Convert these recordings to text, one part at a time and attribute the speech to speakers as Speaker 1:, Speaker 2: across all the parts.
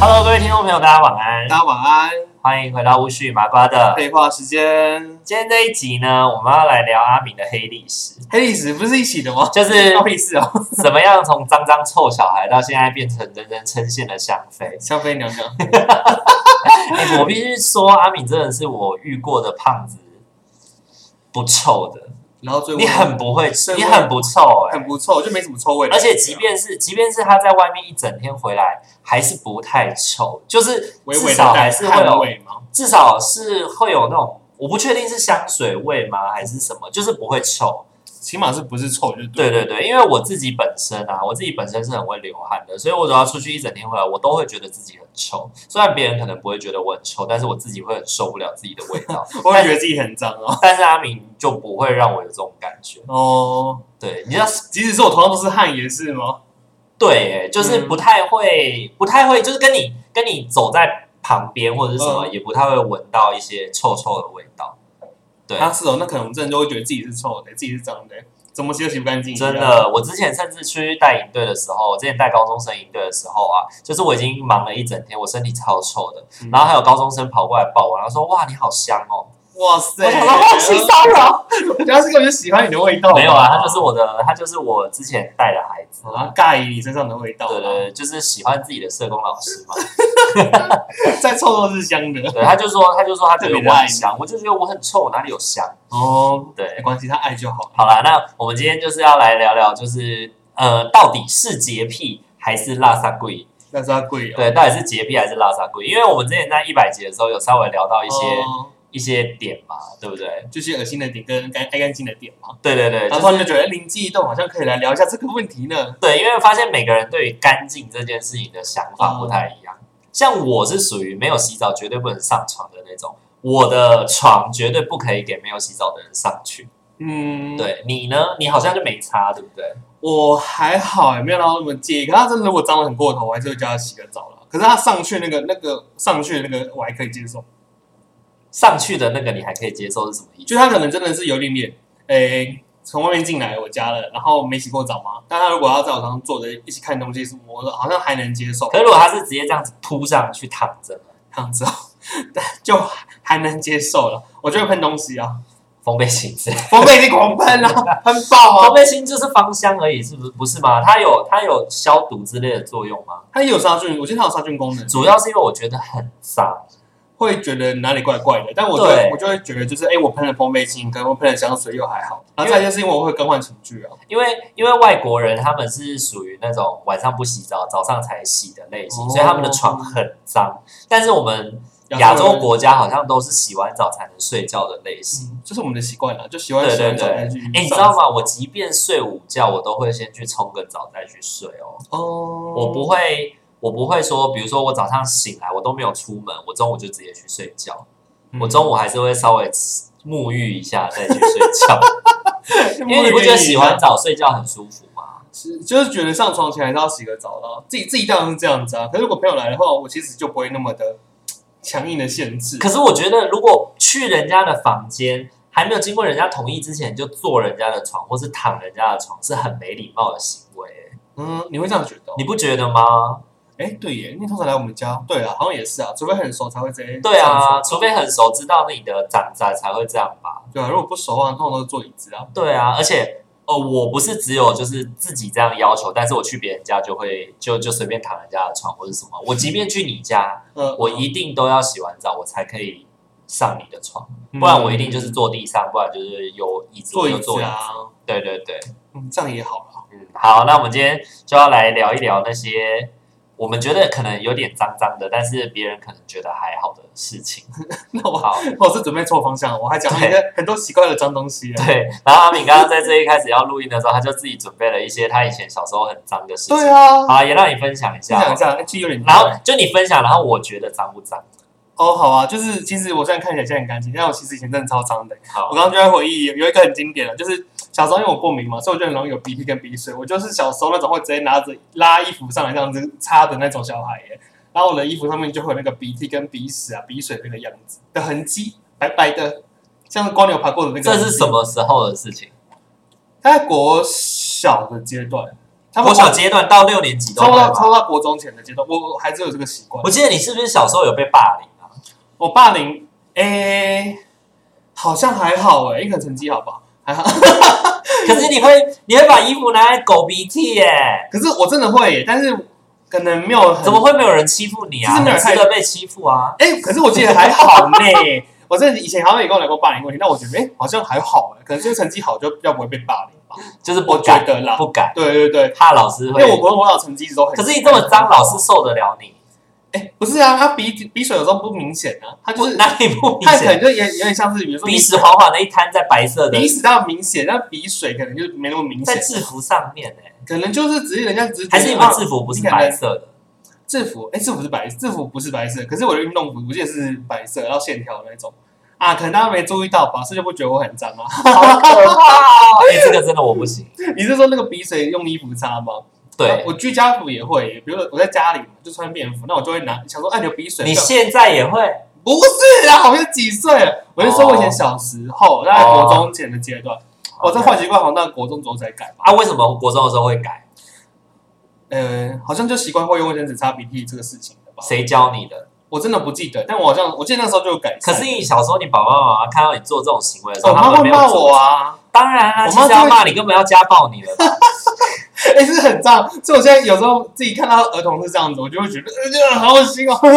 Speaker 1: Hello，各位听众朋友，大家晚安，
Speaker 2: 大家晚安。
Speaker 1: 欢迎回到巫师与麻瓜的。
Speaker 2: 废话时间，
Speaker 1: 今天这一集呢，我们要来聊阿明的黑历 史，
Speaker 2: 黑历史不是一起的吗？
Speaker 1: 就是
Speaker 2: 好意思 哦，
Speaker 1: 怎么样从脏脏臭小孩到现在变成人人称羡的香妃。
Speaker 2: 香妃娘娘，
Speaker 1: 哎我必须说，阿敏真的是我遇过的胖子不臭的，
Speaker 2: 然后最后
Speaker 1: 你很不会吃，
Speaker 2: 是
Speaker 1: 你很不臭哎、
Speaker 2: 很不错，就没什么臭味的
Speaker 1: 而
Speaker 2: 感觉啊。
Speaker 1: 且即便是即便是他在外面一整天回来，还是不太臭，就是
Speaker 2: 微
Speaker 1: 至
Speaker 2: 微的
Speaker 1: 少还
Speaker 2: 带
Speaker 1: 是会
Speaker 2: 汗
Speaker 1: 有，
Speaker 2: 味嘛，
Speaker 1: 至少是会有那种，我不确定是香水味吗，还是什么，就是不会臭。
Speaker 2: 起码是不是臭就
Speaker 1: 对
Speaker 2: 对了。
Speaker 1: 对对，因为我自己本身啊，我自己本身是很会流汗的，所以我只要出去一整天回来，我都会觉得自己很臭。虽然别人可能不会觉得我很臭，但是我自己会很受不了自己的味道。
Speaker 2: 我会觉得自己很脏哦。
Speaker 1: 但是阿明就不会让我有这种感觉。
Speaker 2: 哦，
Speaker 1: 对，你要
Speaker 2: 即使是我头上都是汗也是吗？
Speaker 1: 对，欸就是不太会，不太会，就是跟你跟你走在旁边或者是什么，
Speaker 2: 嗯
Speaker 1: 也不太会闻到一些臭臭的味道。对，
Speaker 2: 啊，是哦，那可能我们真的就会觉得自己是臭的，自己是脏的，怎么洗都洗不干净。
Speaker 1: 真，的，我之前甚至去带营队的时候，我之前带高中生营队的时候啊，就是我已经忙了一整天，我身体超臭的，
Speaker 2: 嗯
Speaker 1: 然后还有高中生跑过来抱我，然后说：“哇，你好香哦！”
Speaker 2: 哇塞！
Speaker 1: 我想说：“哇，性骚扰
Speaker 2: 人家是根本就喜欢你的味道。？”
Speaker 1: 没有啊，他
Speaker 2: 哦
Speaker 1: 就是我的，他就是我之前带的孩子。
Speaker 2: 啊，盖你身上的味道。
Speaker 1: 对对，对，就是喜欢自己的社工老师 嘛。
Speaker 2: 再臭都是香的。
Speaker 1: 对，他就说，他就说他觉
Speaker 2: 特
Speaker 1: 得
Speaker 2: 别
Speaker 1: 我
Speaker 2: 的爱
Speaker 1: 很
Speaker 2: 你
Speaker 1: 香，我就觉得我很臭，我哪里有香？
Speaker 2: 哦，没
Speaker 1: 对，
Speaker 2: 关系，他爱就好。
Speaker 1: 好啦，那我们今天就是要来聊聊，就是呃，到底是洁癖还是拉萨贵？
Speaker 2: 但是他贵哦。
Speaker 1: 对，到底是洁癖还是拉萨贵？因为我们之前在一百集的时候有稍微聊到一些、
Speaker 2: 哦
Speaker 1: 一些点嘛，对不对？
Speaker 2: 就是恶心的点跟干爱干净的点嘛。
Speaker 1: 对对对，
Speaker 2: 然
Speaker 1: 就
Speaker 2: 后
Speaker 1: 是
Speaker 2: 你就觉得哎灵机一动，好像可以来聊一下这个问题呢。
Speaker 1: 对，因为发现每个人对于干净这件事情的想法不
Speaker 2: 哦
Speaker 1: 太一样。像我是属于没有洗澡绝对不能上床的那种，我的床绝对不可以给没有洗澡的人上去。
Speaker 2: 嗯，，
Speaker 1: 对你呢？你好像就没差，对不对？
Speaker 2: 我还好，欸也没有到那么介意。可是他真的如果脏的很过头，我还是会叫他洗个澡了。可是他上去那个那个上去的那个，我还可以接受。
Speaker 1: 上去的那个你还可以接受是什么意思？
Speaker 2: 就他可能真的是有一点点，诶、从外面进来我家了，然后没洗过澡嘛。但他如果要在我床上坐着一起看东西什么，我好像还能接受。
Speaker 1: 可是如果他是直接这样子扑上去躺着呢，
Speaker 2: 这样子哦， 就还能接受了。我就会喷东西啊，
Speaker 1: 风背心是，
Speaker 2: 我被你狂 喷了，喷爆啊！
Speaker 1: 风背心就是芳香而已，是不是？不是吗？它有它有消毒之类的作用吗？
Speaker 2: 它也有杀菌，我记得它有杀菌功能，
Speaker 1: 主要是因为我觉得很脏，
Speaker 2: 会觉得哪里怪怪的，但我就
Speaker 1: 对
Speaker 2: 会我就会觉得就是，哎、我喷了烘焙精，跟我喷了香水又还好，然后再来就是因为我会更换寝具啊，
Speaker 1: 因为因为外国人他们是属于那种晚上不洗澡，早上才洗的类型，
Speaker 2: 哦
Speaker 1: 所以他们的床很脏。但是我们亚洲
Speaker 2: 人、
Speaker 1: 国家好像都是洗完澡才能睡觉的类型。
Speaker 2: 嗯、这是我们的习惯了，就喜欢
Speaker 1: 对
Speaker 2: 洗
Speaker 1: 对
Speaker 2: 完
Speaker 1: 对，
Speaker 2: 澡
Speaker 1: 哎
Speaker 2: 再去上。、
Speaker 1: 你知道吗？我即便睡午觉，我都会先去冲个澡再去睡哦。
Speaker 2: 哦，
Speaker 1: 我不会，我不会说，比如说我早上醒来我都没有出门，我中午就直接去睡觉，
Speaker 2: 嗯，
Speaker 1: 我中午还是会稍微沐浴一下再去睡觉，因为你不觉得洗完澡睡觉很舒服吗？
Speaker 2: 啊是就是觉得上床前还是要洗个澡啦，自己自己当然是这样子啊。可是如果朋友来的话，我其实就不会那么的强硬的限制。
Speaker 1: 可是我觉得，如果去人家的房间还没有经过人家同意之前就坐人家的床或是躺人家的床，是很没礼貌的行为、欸
Speaker 2: 嗯，你会这样觉得哦？
Speaker 1: 你不觉得吗？
Speaker 2: 哎，对耶，你通常来我们家，对啊，好像也是啊，除非很熟才会直接。
Speaker 1: 对啊，，除非很熟，知道你的长在才会这样吧。
Speaker 2: 对啊，如果不熟啊，通常都是坐椅子啊。
Speaker 1: 对啊，而且哦，我不是只有就是自己这样要求，但是我去别人家就会就就随便躺人家的床或者什么。我即便去你家，
Speaker 2: 呃，
Speaker 1: 我一定都要洗完澡，我才可以上你的床，不然我一定就是坐地上，不然就是有椅子
Speaker 2: 嗯坐
Speaker 1: 我
Speaker 2: 椅
Speaker 1: 就坐
Speaker 2: 子
Speaker 1: 椅子。
Speaker 2: 啊，
Speaker 1: 对对对，
Speaker 2: 嗯，这样也好啦。
Speaker 1: 嗯，好，那我们今天就要来聊一聊那些我们觉得可能有点脏脏的，但是别人可能觉得还好的事情。
Speaker 2: 那我
Speaker 1: 好，
Speaker 2: 我是准备错方向，我还讲了一些很多奇怪的脏东西。啊
Speaker 1: 对。然后阿敏刚刚在这一开始要录音的时候，他就自己准备了一些他以前小时候很脏的事情。
Speaker 2: 对啊，
Speaker 1: 好，也让你分享一
Speaker 2: 分享
Speaker 1: 下
Speaker 2: 一。下，其实有点
Speaker 1: 然后就你分享，然后我觉得脏不脏？
Speaker 2: 哦，好啊，就是其实我虽然看起来现在很干净，但我其实以前真的超脏的。
Speaker 1: 好
Speaker 2: 我，刚刚就在回忆，有一个很经典的，就是小时候因为我过敏嘛，所以我就很容易有鼻涕跟鼻水。我就是小时候那种会直接拿着拉衣服上来这样子擦的那种小孩耶。然后我的衣服上面就会有那个鼻涕跟鼻屎啊、鼻水那个样子的痕迹，白白的，像是光牛爬过的那个。
Speaker 1: 这是什？么时候的事情？
Speaker 2: 在国小的阶段，他们
Speaker 1: 国小阶段到六年级都
Speaker 2: 超
Speaker 1: 会
Speaker 2: 到
Speaker 1: 吗？
Speaker 2: 超到国中前的阶段，我我还是有这个习惯
Speaker 1: 我。记得你是不是小时候有被霸凌啊？
Speaker 2: 我霸凌，诶、好像还好诶、因为可能成绩好吧，还好。
Speaker 1: 可是你会你会把衣服拿来狗鼻涕耶、
Speaker 2: 可是我真的会耶、但是可能没有很
Speaker 1: 怎么会没有人欺负你啊？
Speaker 2: 就是嗯没有
Speaker 1: 很
Speaker 2: 人
Speaker 1: 值得被欺负啊！
Speaker 2: 哎、可是我记得还好呢。我真的以前好像也跟我聊过霸凌问题，但我觉得哎、好像还好哎，可能就是成绩好就比较不会被霸凌吧。
Speaker 1: 就是不
Speaker 2: 我觉
Speaker 1: 敢，
Speaker 2: 得啦，
Speaker 1: 不敢，
Speaker 2: 对对对，
Speaker 1: 怕老师
Speaker 2: 因
Speaker 1: 会。
Speaker 2: 为我国中国小成绩一直都很。
Speaker 1: 可是你这么脏，老啊师受得了你？
Speaker 2: 哎、不是啊，他鼻鼻水有时候不明显啊，他就是
Speaker 1: 哪里不明
Speaker 2: 他可能
Speaker 1: 显？
Speaker 2: 就也有点像是比如说
Speaker 1: 鼻屎滑滑的一滩在白色的
Speaker 2: 鼻，屎到明显，但鼻水可能就没那么明
Speaker 1: 在
Speaker 2: 显，
Speaker 1: 制服上面哎、
Speaker 2: 可能就是只是人家只是觉得
Speaker 1: 还是你们
Speaker 2: 啊
Speaker 1: 制服不是白色的？
Speaker 2: 制服，哎、制服是白，制服不是白色，可是我的运动服我记得是白色，然后线条那种啊，可能大家没注意到吧，所以就不觉得我很脏啊。
Speaker 1: 好可怕 哦！哎，这个真的我不行。
Speaker 2: 你是说那个鼻水用衣服擦吗？
Speaker 1: 对，
Speaker 2: 我居家服也会，比如我在家里就穿便服，那我就会拿想说，哎，流鼻水。
Speaker 1: 你现在也会
Speaker 2: 不是啊，我才几岁了，我是说我以前小时
Speaker 1: 哦
Speaker 2: 候，大概国中前的阶段，我这坏习惯好像到国中之后才改吧。
Speaker 1: 啊？为什么国中的时候会改？
Speaker 2: 嗯，好像就习惯会用卫生纸擦鼻涕这个事情了吧？
Speaker 1: 谁教你的？
Speaker 2: 我真的不记得，但我好像我记得那时候就有改
Speaker 1: 可
Speaker 2: 善。
Speaker 1: 是你小时候，你爸爸妈妈看到你做这种行为的时
Speaker 2: 我
Speaker 1: 候，他
Speaker 2: 哦妈
Speaker 1: 们
Speaker 2: 会
Speaker 1: 没有
Speaker 2: 骂
Speaker 1: 阻止
Speaker 2: 我。啊。
Speaker 1: 当然啦，
Speaker 2: 我
Speaker 1: 其
Speaker 2: 妈
Speaker 1: 实要
Speaker 2: 就会
Speaker 1: 骂你，根本要家暴你了 吧。
Speaker 2: 哎、是很脏，所以我现在有时候自己看到儿童是这样子，我就会觉得呃，好恶心哦。
Speaker 1: 可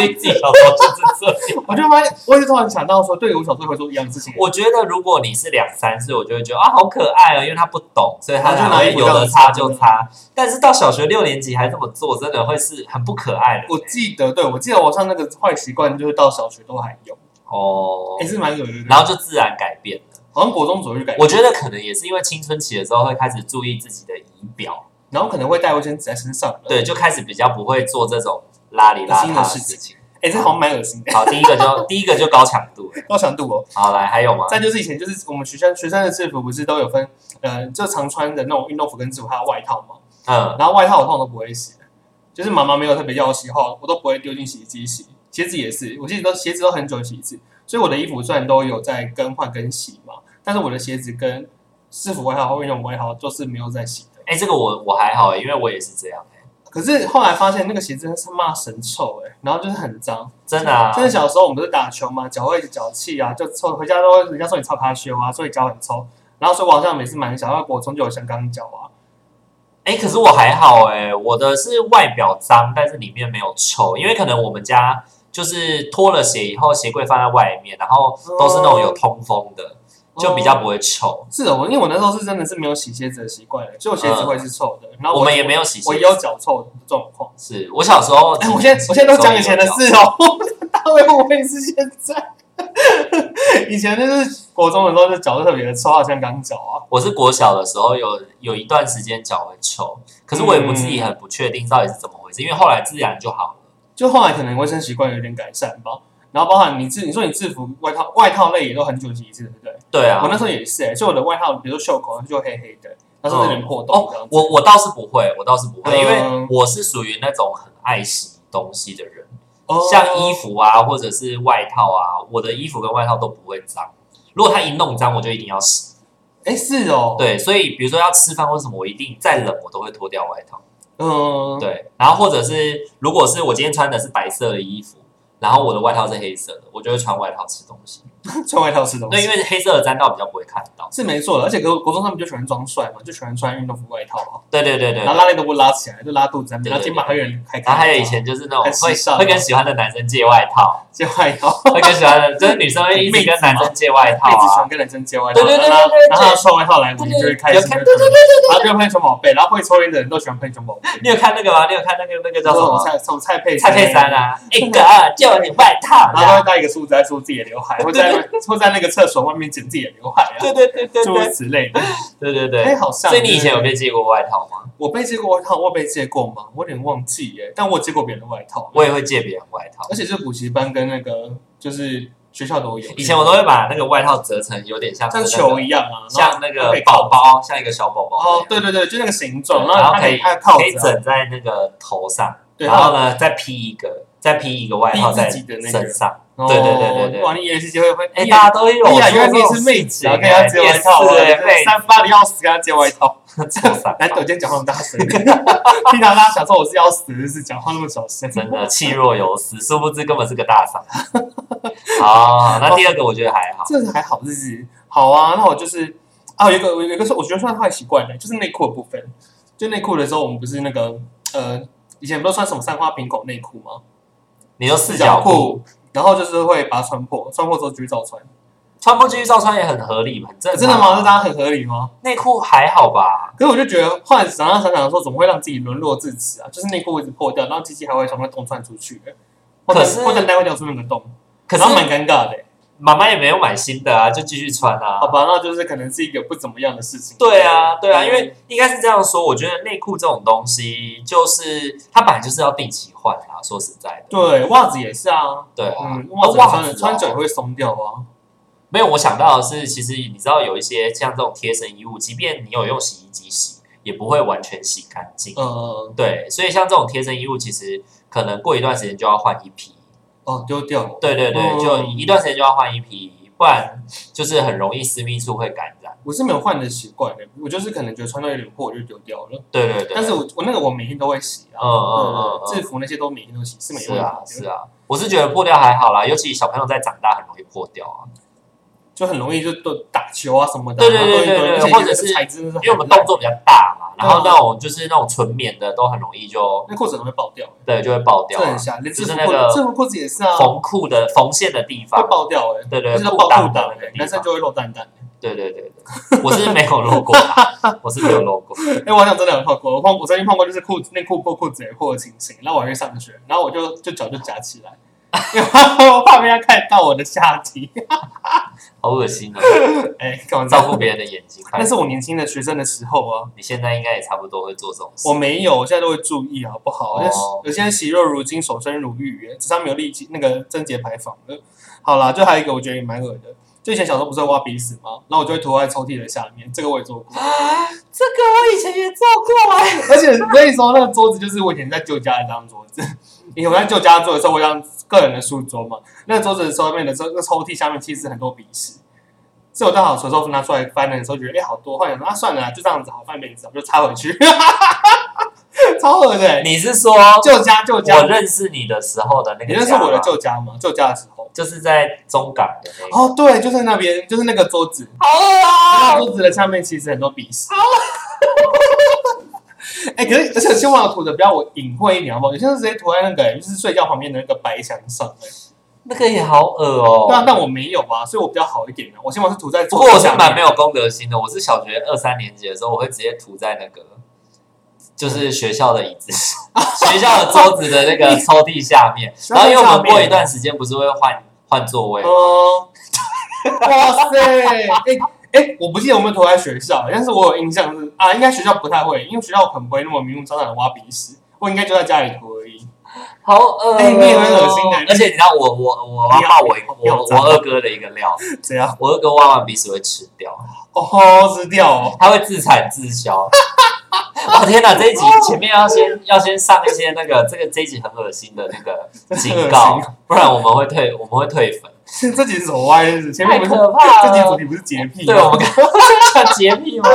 Speaker 1: 是你自己小时候就是这样。
Speaker 2: 我就发现，我就突然想到说，对我小时候会做一样的事情，
Speaker 1: 我觉得如果你是两三岁，我就会觉得啊好可爱哦，因为他不懂，所以他才
Speaker 2: 然后就拿
Speaker 1: 会
Speaker 2: 衣服
Speaker 1: 有
Speaker 2: 这样
Speaker 1: 的
Speaker 2: 子
Speaker 1: 擦
Speaker 2: 擦
Speaker 1: 就
Speaker 2: 对
Speaker 1: 擦。但是到小学六年级还这么做，真的会是很不可爱的
Speaker 2: 我。记得，对我记得我上那个坏习惯，就是到小学都还有，
Speaker 1: 哦
Speaker 2: 也、，是蛮恶心的。
Speaker 1: 然后就自然改变了。
Speaker 2: 好像国中左右就改变，
Speaker 1: 我觉得可能也是因为青春期的时候会开始注意自己的仪表，
Speaker 2: 然后可能会带卫生纸在身上。，
Speaker 1: 对，就开始比较不会做这种邋里邋遢
Speaker 2: 新
Speaker 1: 的
Speaker 2: 的
Speaker 1: 事
Speaker 2: 事
Speaker 1: 情。
Speaker 2: 哎、这好像蛮恶心的，
Speaker 1: 好，第一个就第一个就高强度了。
Speaker 2: 高强度哦。
Speaker 1: 好，来还有吗？
Speaker 2: 再就是以前就是我们学生学生的制服不是都有分，呃，就常穿的那种运动服跟制服，还有外套嘛。
Speaker 1: 嗯，
Speaker 2: 然后外套我通常都不会洗，就是妈妈没有特别要洗后，我都不会丢进洗衣机洗。鞋子也是，我记得都鞋子都很久洗一次，所以我的衣服虽然都有在更换跟洗嘛，但是我的鞋子跟制服外套或运动外套都是没有在洗的。
Speaker 1: 哎、这个我我还好、欸，因为我也是这样、欸，
Speaker 2: 可是后来发现那个鞋真的是骂神臭哎、然后就是很脏。
Speaker 1: 真的啊
Speaker 2: 真。的小时候我们不是打球嘛，脚会一直脚气啊，就臭，回家都会人家说你臭卡修啊，所以脚很臭。然后所以我好像每次蛮小，到国中就有香港脚啊。
Speaker 1: 哎、可是我还好哎、我的是外表脏，但是里面没有臭，因为可能我们家就是脱了鞋以后，鞋柜放在外面，然后都是那种有通风的，
Speaker 2: 哦
Speaker 1: 就比较不会臭。
Speaker 2: 是哦的，我因为我那时候是真的是没有洗鞋子的习惯的，所以我鞋子会是臭的。然
Speaker 1: 嗯
Speaker 2: 后
Speaker 1: 我们也没有洗
Speaker 2: 我也
Speaker 1: 鞋，
Speaker 2: 有脚臭的状况。
Speaker 1: 是我小时候，
Speaker 2: 哎，我现在我现在都讲以前的事哦，大卫会不会是现在？ 以前就是国中的时候，就脚特别的臭，好像港脚啊。
Speaker 1: 我是国小的时候有有一段时间脚会臭，可是我也不自己很不确定到底是怎么回事，因为后来自然就好了。
Speaker 2: 就后来可能卫生习惯有点改善吧。然后包含你制，你说你制服外套外套类也都很久洗一次，对不对？
Speaker 1: 对啊
Speaker 2: 我，那时候也是、哎，所以我的外套，比如说袖口就黑黑的，那时候有点破洞这
Speaker 1: 哦
Speaker 2: 样子。
Speaker 1: 我我倒是不会，我倒是不会，因为
Speaker 2: 嗯
Speaker 1: 我是属于那种很爱惜东西的人。
Speaker 2: 哦
Speaker 1: 像衣服啊，或者是外套啊，我的衣服跟外套都不会脏。如果它一弄脏，我就一定要洗。
Speaker 2: 哎、是哦，，
Speaker 1: 对，所以比如说要吃饭或什么，我一定再冷我都会脱掉外套。
Speaker 2: 嗯，
Speaker 1: 对，然后或者是如果是我今天穿的是白色的衣服，然后我的外套是黑色的，我就会穿外套吃东西。
Speaker 2: 穿外套吃东
Speaker 1: 对，
Speaker 2: 西
Speaker 1: 因。为黑色的毡道比较不会看到。
Speaker 2: 是没错的，而且国国中他们就喜欢装帅嘛，就喜欢穿运动服外套嘛，
Speaker 1: 对对对对。
Speaker 2: 然后
Speaker 1: 然
Speaker 2: 拉链都不拉起来，就拉肚子，
Speaker 1: 对
Speaker 2: 然后肩膀还有人还啊
Speaker 1: 后还有以前就是那种
Speaker 2: 很时
Speaker 1: 会
Speaker 2: 尚啊
Speaker 1: 会跟喜欢的男生借外套，
Speaker 2: 接外套，啊
Speaker 1: 会跟喜欢的就是女生会一直跟男生借外套
Speaker 2: 一直喜
Speaker 1: 啊。
Speaker 2: 欢跟男生接外套，
Speaker 1: 对对对
Speaker 2: 然
Speaker 1: 对
Speaker 2: 后
Speaker 1: 对对
Speaker 2: 然后他穿外套来，我
Speaker 1: 对
Speaker 2: 们
Speaker 1: 对
Speaker 2: 就会
Speaker 1: 对
Speaker 2: 开心，
Speaker 1: 有看
Speaker 2: 就会喷然后就会喷熊宝贝，然后会抽烟的人都喜欢喷熊宝贝，
Speaker 1: 你有看那个吗？你有看那个那个叫什
Speaker 2: 什么
Speaker 1: 么？
Speaker 2: 蔡什么蔡佩
Speaker 1: 蔡佩珊
Speaker 2: 啊，
Speaker 1: 啊，一个就你外套
Speaker 2: 然后他
Speaker 1: 啦。
Speaker 2: 会戴一个梳子在梳自己的刘 海，会在会在那个厕所外面剪自己的刘海啊，
Speaker 1: 对对对对
Speaker 2: 诸如
Speaker 1: 对
Speaker 2: 此类的，
Speaker 1: 对对
Speaker 2: 哎，
Speaker 1: 对。
Speaker 2: 好像。
Speaker 1: 所以你以前有被借过外套吗？
Speaker 2: 我被借过外套，我有被借过吗？我有点忘记耶，但我有借过别人的外套，啊
Speaker 1: 我也会借别人外套。
Speaker 2: 而且是补习班跟那个就是学校都有。
Speaker 1: 以前我都会把那个外套折成有点像是
Speaker 2: 像
Speaker 1: 那个
Speaker 2: 球一样啊，然后
Speaker 1: 像那个宝宝，像一个小宝宝那样。
Speaker 2: 哦，对对对，就那个形状，
Speaker 1: 然
Speaker 2: 后
Speaker 1: 后可以
Speaker 2: 它套
Speaker 1: 可以
Speaker 2: 着啊，
Speaker 1: 枕在那个头上，
Speaker 2: 对，
Speaker 1: 然后呢再披一个，再披一个外套在
Speaker 2: 披自己的那个
Speaker 1: 身上。
Speaker 2: 然后
Speaker 1: 对对对对对
Speaker 2: 哇，你也是机会会，
Speaker 1: 哎，大家都有
Speaker 2: 哎呀，
Speaker 1: 做
Speaker 2: 原来
Speaker 1: 这
Speaker 2: 你也
Speaker 1: 种
Speaker 2: 是妹
Speaker 1: 事
Speaker 2: 子
Speaker 1: 情
Speaker 2: 啊，
Speaker 1: 哎，
Speaker 2: 跟人家借外套啊，
Speaker 1: 也是
Speaker 2: 对
Speaker 1: 哎妹
Speaker 2: 三八的要死，跟他借外套，啊
Speaker 1: 子做三
Speaker 2: 难
Speaker 1: 八
Speaker 2: 得今天讲话那么大声， 平常大家想说我是要死，就是讲话那么小声，
Speaker 1: 真的气若游丝，殊不知根本是个大傻。 好，那第二个我觉得还好，
Speaker 2: 这个还好，就是好啊。那我就是啊，有一个有一个是我觉得算坏习惯的，就是内裤的部分。就内裤的时候，我们不是那个呃，以前不都穿什么三花平口内裤吗？
Speaker 1: 你说四角裤，啊
Speaker 2: 然后就是会把它穿破，穿破之后继续照穿。
Speaker 1: 穿不进去照穿也很合理，很正常。啊
Speaker 2: 真的吗？这大家很合理吗？
Speaker 1: 内裤还好吧？
Speaker 2: 可是我就觉得，后来想想想想说，怎么会让自己沦落至此啊？就是内裤一直破掉，然后机器还会从那洞窜出去，或者
Speaker 1: 可是
Speaker 2: 或者带会掉出那个洞，
Speaker 1: 可是
Speaker 2: 然后蛮尴尬的、
Speaker 1: 妈妈也没有买新的啊，就继续穿啊
Speaker 2: 好。吧，那就是可能是一个不怎么样的事情。
Speaker 1: 对啊，对啊，因为应该是这样说。我觉得内裤这种东西，就是它本来就是要定期换啦。说实在的，
Speaker 2: 对袜子也是啊，
Speaker 1: 对啊，
Speaker 2: 嗯，袜子
Speaker 1: 袜
Speaker 2: 穿
Speaker 1: 子
Speaker 2: 了
Speaker 1: 哦
Speaker 2: 穿久也会松掉啊。
Speaker 1: 没有我想到的是，其实你知道有一些像这种贴身衣物，即便你有用洗衣机洗，也不会完全洗干净。
Speaker 2: 呃，
Speaker 1: 对，所以像这种贴身衣物，其实可能过一段时间就要换一批。
Speaker 2: 哦，丢掉了。
Speaker 1: 对对对，
Speaker 2: 嗯
Speaker 1: 就一段时间就要换一批，不然就是很容易私密处会感染。
Speaker 2: 我是没有换的习惯的，欸我就是可能觉得穿到有点破我就丢掉了。
Speaker 1: 对对对，
Speaker 2: 但是我我那个我每天都会洗
Speaker 1: 嗯嗯
Speaker 2: 啊，
Speaker 1: 嗯
Speaker 2: 呃，
Speaker 1: 嗯
Speaker 2: 制服那些都每天都洗，是每
Speaker 1: 是
Speaker 2: 天
Speaker 1: 啊是啊，我是觉得破掉还好啦，尤其小朋友在长大很容易破掉啊。
Speaker 2: 就很容易就都打球啊什么的，
Speaker 1: 对对
Speaker 2: 然后都
Speaker 1: 对对
Speaker 2: 都
Speaker 1: 对
Speaker 2: 而且
Speaker 1: 或者
Speaker 2: 那个
Speaker 1: 是
Speaker 2: 材质真的是
Speaker 1: 因为我们
Speaker 2: 很烂
Speaker 1: 动作比较大嘛，
Speaker 2: 对
Speaker 1: 然
Speaker 2: 啊
Speaker 1: 后那种就是那种纯棉的都很容易就
Speaker 2: 那裤子很容易爆掉，
Speaker 1: 对就会爆
Speaker 2: 这
Speaker 1: 掉啊、
Speaker 2: 很吓人，连
Speaker 1: 就
Speaker 2: 制
Speaker 1: 是
Speaker 2: 服
Speaker 1: 那
Speaker 2: 裤
Speaker 1: 个
Speaker 2: 制服裤子也是啊，会
Speaker 1: 缝裤的缝线的地方，
Speaker 2: 爆掉哎，
Speaker 1: 对对
Speaker 2: 就是
Speaker 1: 对，
Speaker 2: 爆
Speaker 1: 裆
Speaker 2: 裤
Speaker 1: 的
Speaker 2: 裆
Speaker 1: 那个
Speaker 2: 哎，
Speaker 1: 地
Speaker 2: 男生
Speaker 1: 方，
Speaker 2: 就会露蛋蛋。
Speaker 1: 对对对对，我是没有露过啦，我是没有露过，
Speaker 2: 哎，我好像真的有碰过，我碰我曾经碰过就是裤子内裤破裤子也破的情形，然后我还去上学，然后我就就脚就夹起来，因为我怕被他看到我的下体，
Speaker 1: 好恶心哦，
Speaker 2: 哎，干嘛这
Speaker 1: 照
Speaker 2: 样？
Speaker 1: 顾别人的眼 睛。
Speaker 2: 那是我年轻的学生的时候啊，
Speaker 1: 你现在应该也差不多会做这种事
Speaker 2: 我，没有，我现在都会注意好不好？
Speaker 1: 哦
Speaker 2: 我现在我现在惜肉如金，守身如玉耶，只差没有立即那个贞节牌坊了。好啦，就还有一个我觉得也蛮恶的，就以前小时候不是会挖鼻屎吗？然后我就会涂在抽屉的下面，这个我也做过。
Speaker 1: 这个我以前也做过哎，
Speaker 2: 而且我跟你说，那个桌子就是我以前在旧家的那张桌子。以前我在旧家做的时候，我当个人的书桌嘛，那个桌子上面的这个抽屉下面其实很多鼻屎。是我到好的时候拿出来翻的时候，觉得哎、好多，后来想说啊算了啦，就这样子好，翻没子，我就插回去， 超恶的、欸。
Speaker 1: 你是说
Speaker 2: 旧家旧家
Speaker 1: 我，认识你的时候的那
Speaker 2: 你
Speaker 1: 个家
Speaker 2: 认
Speaker 1: 吗？
Speaker 2: 识我的旧家吗？旧家的时候，
Speaker 1: 就是在中港的那个，
Speaker 2: 哦，对，就是那边，就是那个桌子，
Speaker 1: 好恶
Speaker 2: 那个
Speaker 1: 啊！
Speaker 2: 桌子的下面其实很多鼻屎。 哎、可是而且千万要涂的不要我隐晦一点好不好？有些人直接涂在那个、就是睡觉旁边的那个白墙上、哎
Speaker 1: 那个也好恶哦。
Speaker 2: 对啊，但我没有啊，所以我比较好一点的、我希望是涂在
Speaker 1: 不
Speaker 2: 桌
Speaker 1: 过我
Speaker 2: 子
Speaker 1: 是
Speaker 2: 下
Speaker 1: 蛮
Speaker 2: 面。
Speaker 1: 没有公德心的，我是小学二三年级的时候，我会直接涂在那个，就是学校的椅 子、学校的桌子的那个抽屉下 面。然后因为我们过一段时间不是会换换座位，
Speaker 2: 哦， 哇塞！哎、哎、我不记得我们投在学校，但是我有印象是啊，应该学校不太会，因为学校可能不会那么明目张胆的挖鼻屎，我应该就在家里投而已。
Speaker 1: 好恶、哦
Speaker 2: 哎你也很恶心哎
Speaker 1: 而且你知道我我我
Speaker 2: 你
Speaker 1: 妈
Speaker 2: 要
Speaker 1: 骂我一
Speaker 2: 你要
Speaker 1: 我
Speaker 2: 脏
Speaker 1: 我二哥的一个料，
Speaker 2: 这样
Speaker 1: 我二哥挖完鼻屎会吃掉，
Speaker 2: 哦吼，吃掉哦。
Speaker 1: 他会自产自销。 哦天哪！这一集前面要先要先上一些那个这个这一集很恶心的那个警告
Speaker 2: 很恶心，
Speaker 1: 不然我们会退我们会退粉。
Speaker 2: 这集是什么歪日子？前面不是
Speaker 1: 太可怕了
Speaker 2: 这集主题不是洁癖吗？
Speaker 1: 对，我们刚刚讲洁癖吗？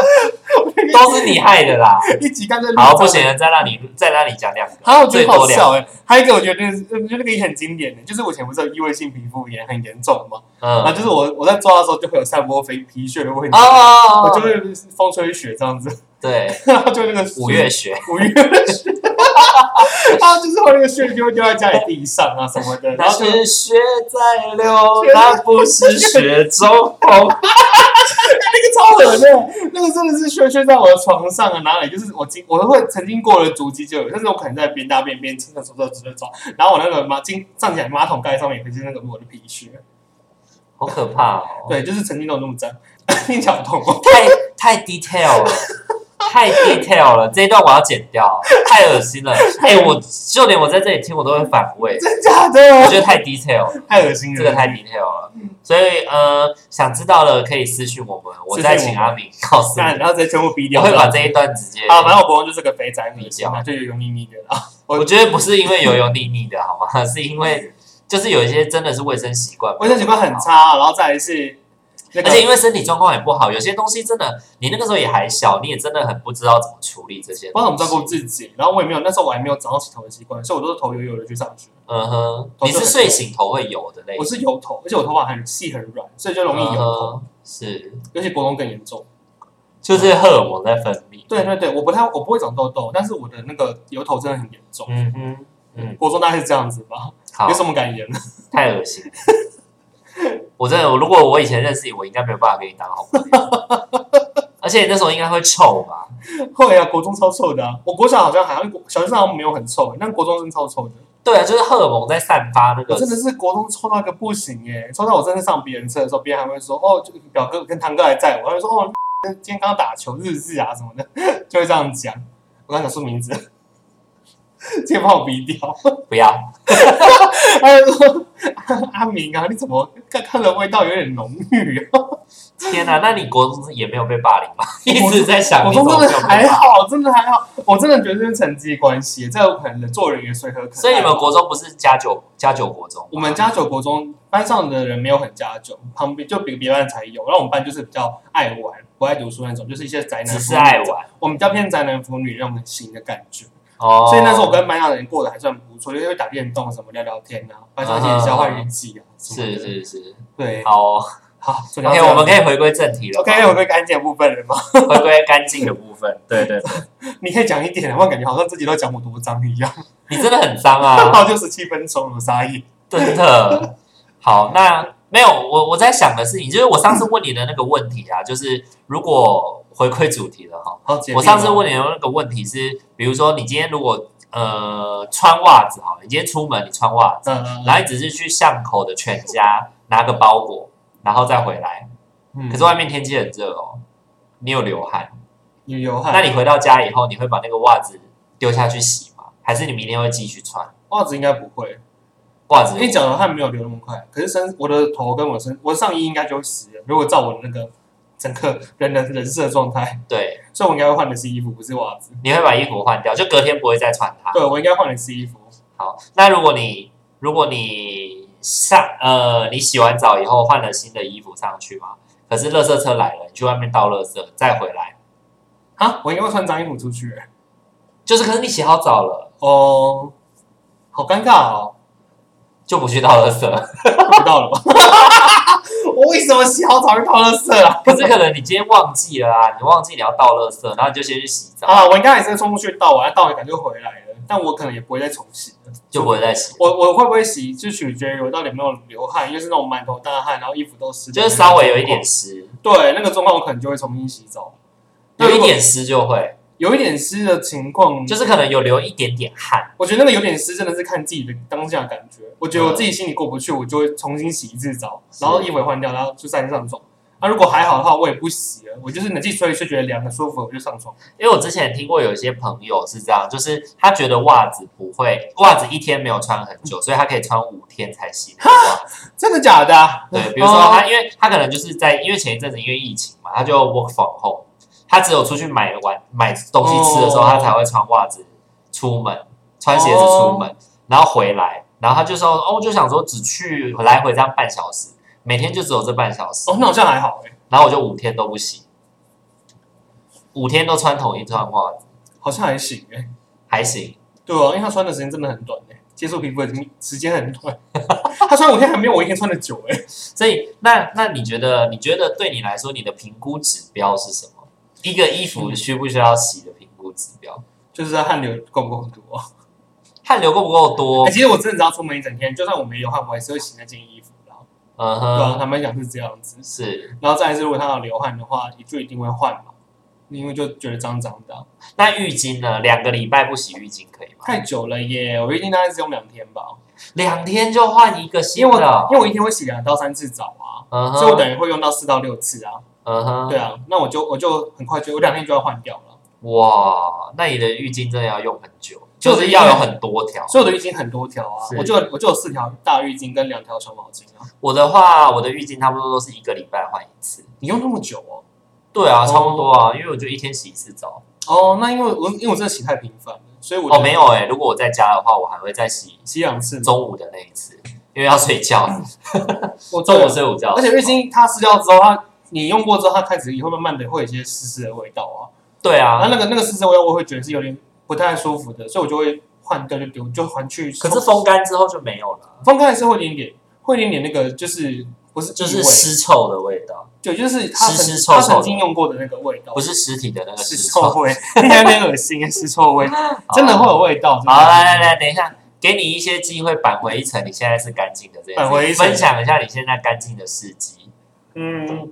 Speaker 1: 都是你害的啦。
Speaker 2: 一集干脆录
Speaker 1: 好，不行，再让你再让你讲两个，
Speaker 2: 然后我觉
Speaker 1: 最
Speaker 2: 得好
Speaker 1: 多两
Speaker 2: 笑
Speaker 1: 个。
Speaker 2: 哎、还有一个我觉得是，我觉得那个也很经典的、欸就是我以前不是有异位性皮肤炎很严重嘛，然后
Speaker 1: 嗯，
Speaker 2: 啊就是我我在抓的时候就会有散播肥皮屑的问题，
Speaker 1: 哦
Speaker 2: 我就会风吹雪这样子，
Speaker 1: 对
Speaker 2: 然后就那个
Speaker 1: 五月雪，
Speaker 2: 五月雪， 然后就是会那个屑就会掉在家里地上啊什么的，然
Speaker 1: 那
Speaker 2: 后就是
Speaker 1: 雪在流，那不是雪中红。
Speaker 2: 那个超恶心， 那个真的是屑屑在我的床上啊哪里，就是我经我都会曾经过的足迹就有，但是我可能在边大便边清厕所的时候直接抓，然后我那个马经站起来马桶盖上面也会是那个我的皮屑。
Speaker 1: 好可怕哦！
Speaker 2: 对，就是曾经都有那 么脏，你脚痛哦。
Speaker 1: 太太 detail 了，太 detail 了，这一段我要剪掉，太恶心了。哎、我就连我在这里听，我都会反胃，
Speaker 2: 真假
Speaker 1: 我
Speaker 2: 的？
Speaker 1: 觉得太 detail，
Speaker 2: 太恶心了，
Speaker 1: 这个太 detail 了。
Speaker 2: 嗯
Speaker 1: 所以呃，想知道了可以私信我们，我再请阿明告诉
Speaker 2: 干，
Speaker 1: 你，
Speaker 2: 然后直接全部逼
Speaker 1: 我
Speaker 2: 掉。
Speaker 1: 会把这一段直接。
Speaker 2: 啊，反正我伯公就是个肥宅女星嘛，就有油腻腻的啦。
Speaker 1: 我觉得不是因为油油腻腻的好吗？ 是因为就是有一些真的是卫生习惯，
Speaker 2: 卫生习惯很。差，然后再来是那
Speaker 1: 而
Speaker 2: 个，
Speaker 1: 且因为身体状况也不好，有些东西真的，你那个时候也还小，你也真的很不知道怎么处理这些。
Speaker 2: 不知道怎么照顾自己，然后我也没有，那时候我还没有早上洗头的习惯，所以我都是头油油的去上学。
Speaker 1: 嗯哼，你是睡醒头会有的类
Speaker 2: 我
Speaker 1: 型，
Speaker 2: 是油头，而且我头发很细很软，所以就容易油头，
Speaker 1: 嗯哼是，
Speaker 2: 尤其国中更严重。
Speaker 1: 就是荷尔蒙在分泌。
Speaker 2: 嗯对对对，我不太我不会长痘痘，但是我的那个油头真的很严重。
Speaker 1: 嗯哼，嗯，
Speaker 2: 国中大概是这样子吧，
Speaker 1: 好
Speaker 2: 有，什么感言？
Speaker 1: 太恶心了。 我真的，我如果我以前认识你，我应该没有办法跟你当好朋友。 而且你那时候应该会臭吧？
Speaker 2: 后来啊，国中超臭的、啊，我国小好像还好像小学生好像没有很臭、但国中生超臭的。
Speaker 1: 对啊，就是荷尔蒙在散发那
Speaker 2: 我
Speaker 1: 个
Speaker 2: 真的是国中臭到一个不行耶、臭到我真的上别人车的时候，别人还会说哦，就表哥跟堂哥还在我，他会说哦，今天刚刚打球日志啊什么的， 就会这样讲。我刚讲出名 字，直接把我逼掉。
Speaker 1: 不要，
Speaker 2: 他就说哎阿明啊，你怎么看看的味道有点浓郁啊？
Speaker 1: 天哪、那你国中也没有被霸凌吗？一直在想
Speaker 2: 我
Speaker 1: 你怎
Speaker 2: 中
Speaker 1: 么
Speaker 2: 真
Speaker 1: 没有
Speaker 2: 的还
Speaker 1: 被霸凌。
Speaker 2: 好，真的还好，我真的觉得这是成绩关系，这有可能做人也随和可 爱。
Speaker 1: 所以你们国中不是加九加九国中吗？
Speaker 2: 我们加九国中班上的人没有很加九，旁边就比别班才有。然后我们班就是比较爱玩、不爱读书那种，就是一些宅男。
Speaker 1: 只是爱，玩
Speaker 2: 我们比较偏宅男腐女那种型的感觉。
Speaker 1: 哦。
Speaker 2: 所以那时候我跟班上的人过得还算不错，因为打电动什么、聊聊天啊，班上
Speaker 1: 嗯
Speaker 2: 一起交换日记啊。什么的
Speaker 1: 是，是是，
Speaker 2: 对。
Speaker 1: 好哦、
Speaker 2: 好所以聊
Speaker 1: OK，
Speaker 2: 到这
Speaker 1: 我们可以回归正题了吧。
Speaker 2: OK，我会干净的部分了吗？
Speaker 1: 回归干净的部 分。对对对，
Speaker 2: 你可以讲一点，我感觉好像自己都讲我多脏一样。
Speaker 1: 你真的很脏
Speaker 2: 然
Speaker 1: 啊，
Speaker 2: 后就十七分钟了，沙溢。
Speaker 1: 真的。好，那没有我我在想的事情，就是我上次问你的那个问题啊，就是如果回归主题了哈，
Speaker 2: 好，姐弟
Speaker 1: 我上次
Speaker 2: 吗
Speaker 1: 问你的那个问题是，比如说你今天如果呃穿袜子好了，你今天出门你穿袜子，
Speaker 2: 嗯，嗯，
Speaker 1: 然后你只是去巷口的全家拿个包裹，然后再回来，
Speaker 2: 嗯
Speaker 1: 可是外面天气很热哦，你有流汗。
Speaker 2: 你有汗，
Speaker 1: 那你回到家以后，你会把那个袜子丢下去洗吗？还是你明天会继续穿
Speaker 2: 袜子应该不会。
Speaker 1: 袜子？
Speaker 2: 因为脚的汗没有流那么快，可是身我的头跟我身我的上衣应该就会湿了。如果照我的那个整个人的人设状态，
Speaker 1: 对，
Speaker 2: 所以我应该会换的是衣服，不是袜子。
Speaker 1: 你会把衣服换掉，就隔天不会再穿它。
Speaker 2: 对，我应该换的是衣服。
Speaker 1: 好，那如果你如果你上呃你洗完澡以后换了新的衣服上去嘛，可是垃圾车来了，你去外面倒垃圾再回来，
Speaker 2: 啊，我应该会穿脏衣服出去、欸
Speaker 1: 就是可是你洗好澡了
Speaker 2: 哦，好尴尬哦，
Speaker 1: 就不去倒垃圾，
Speaker 2: 不到了 吧？我为什么洗好澡就到垃圾啊？
Speaker 1: 可是可能你今天忘记了啊，你忘记你要倒垃圾，然后你就先去洗澡，
Speaker 2: 啊，我应该还是冲出去倒完，倒完感觉就回来了，但我可能也不会再重洗了。
Speaker 1: 就不会再洗，
Speaker 2: 我我会不会洗，就取决于我到底有没有流汗，因为是那种满头大汗，然后衣服都湿的
Speaker 1: 就
Speaker 2: 那种状况，
Speaker 1: 是稍微有一点湿，
Speaker 2: 对，那个状况我可能就会重新洗澡。
Speaker 1: 有一点湿就会。
Speaker 2: 有一点湿的情况，
Speaker 1: 就是可能有流一点点汗，
Speaker 2: 我觉得那个有点湿真的是看自己的当下感觉。我觉得我自己心里过不去，我就会重新洗一次澡，
Speaker 1: 嗯是
Speaker 2: 然后衣服也换掉，然后就再上床。那、如果还好的话，我也不洗了，我就是冷气吹一吹，觉得凉的舒服，我就上床。
Speaker 1: 因为我之前听过有一些朋友是这样，就是他觉得袜子不会，袜子一天没有穿很久，所以他可以穿五天才洗那个袜子。
Speaker 2: 真的假的、啊？
Speaker 1: 对，比如说他，因为他可能就是在，因为前一阵子因为疫情嘛，他就 work from home，他只有出去买完买东西吃的时候，
Speaker 2: 哦
Speaker 1: 他才会穿袜子出门，穿鞋子出门，然后回来，然后他就说，哦，我就想说只去来回这样半小时，
Speaker 2: 哦
Speaker 1: 每天就只有这半小时
Speaker 2: 欸哦，，那好像还好哎、
Speaker 1: 然后我就五天都不洗。五天都穿同一双袜子，
Speaker 2: 好像还行哎、
Speaker 1: 还行。
Speaker 2: 对啊，因为他穿的时间真的很短哎、接触皮肤的时间很短， 他穿五天还没有我一天穿的久哎、
Speaker 1: 所以那那你觉得你觉得对你来说你的评估指标是什么？一个衣服需不需要洗的评估指标？
Speaker 2: 就是他汗流够不够多、啊
Speaker 1: 汗流够不够多
Speaker 2: 哎，？其实我真的只要出门一整天，就算我没有汗，我还是会洗那件衣服啦。
Speaker 1: 嗯
Speaker 2: 对啊，
Speaker 1: 哼，
Speaker 2: 坦白讲是这样子。
Speaker 1: 是。
Speaker 2: 然后再来是，如果他有流汗的话，就一定会换嘛，因为就觉得脏脏的啊、
Speaker 1: 那浴巾呢？两个礼拜不洗浴巾可以吗？
Speaker 2: 太久了耶！我一定大概只用两天吧，
Speaker 1: 两天就换一个
Speaker 2: 因
Speaker 1: 新
Speaker 2: 为我
Speaker 1: 的。啊哦
Speaker 2: 因为我一天会洗两到三次澡啊，
Speaker 1: 嗯
Speaker 2: 所以我
Speaker 1: 哼，
Speaker 2: 等于会用到四到六次啊。
Speaker 1: 嗯哼，
Speaker 2: 对啊，那我就我就很快就我两天就要换掉了。
Speaker 1: 哇，那你的浴巾真的要用很久，就
Speaker 2: 所以我的
Speaker 1: 是要有很多条。
Speaker 2: 所以我的浴巾很多条啊
Speaker 1: 是，
Speaker 2: 我就我就有四条大浴巾跟两条小毛巾啊。
Speaker 1: 我的话，我的浴巾差不多都是一个礼拜换一次。
Speaker 2: 你用那么久哦？
Speaker 1: 对啊，
Speaker 2: 哦
Speaker 1: 差不多啊，因为我就一天洗一次澡。
Speaker 2: 哦，那因为我因为我真的洗太频繁了，所以我
Speaker 1: 哦，没有哎、如果我在家的话，我还会再洗
Speaker 2: 洗两次。
Speaker 1: 中午的那一次，因为要睡觉，
Speaker 2: 我
Speaker 1: 中午睡午觉。
Speaker 2: 嗯而且浴巾它湿掉之后，它你用过之后，它开始也会慢慢的会有一些湿湿的味道啊。
Speaker 1: 对
Speaker 2: 然后
Speaker 1: 啊，
Speaker 2: 那个那个湿湿的味道，我会觉得是有点不太舒服的，所以我就会换掉就丢，就还去。
Speaker 1: 可是风干之后就没有了，
Speaker 2: 风干还是会有一点点，会有一点点那个就是不是
Speaker 1: 就
Speaker 2: 异
Speaker 1: 是
Speaker 2: 味，
Speaker 1: 尸臭的味道，
Speaker 2: 对，就是它曾
Speaker 1: 湿湿臭臭的
Speaker 2: 它曾经用过的那个味道，
Speaker 1: 不是尸体的那个
Speaker 2: 是
Speaker 1: 尸
Speaker 2: 臭
Speaker 1: 臭。
Speaker 2: 味，听起来有点恶心，是臭味， 真的会有味道。真的
Speaker 1: 好，来来，来，等一下，给你一些机会扳回一城。你现在是干净的这件事，
Speaker 2: 扳回一城
Speaker 1: 分享一下你现在干净的事迹。
Speaker 2: 嗯，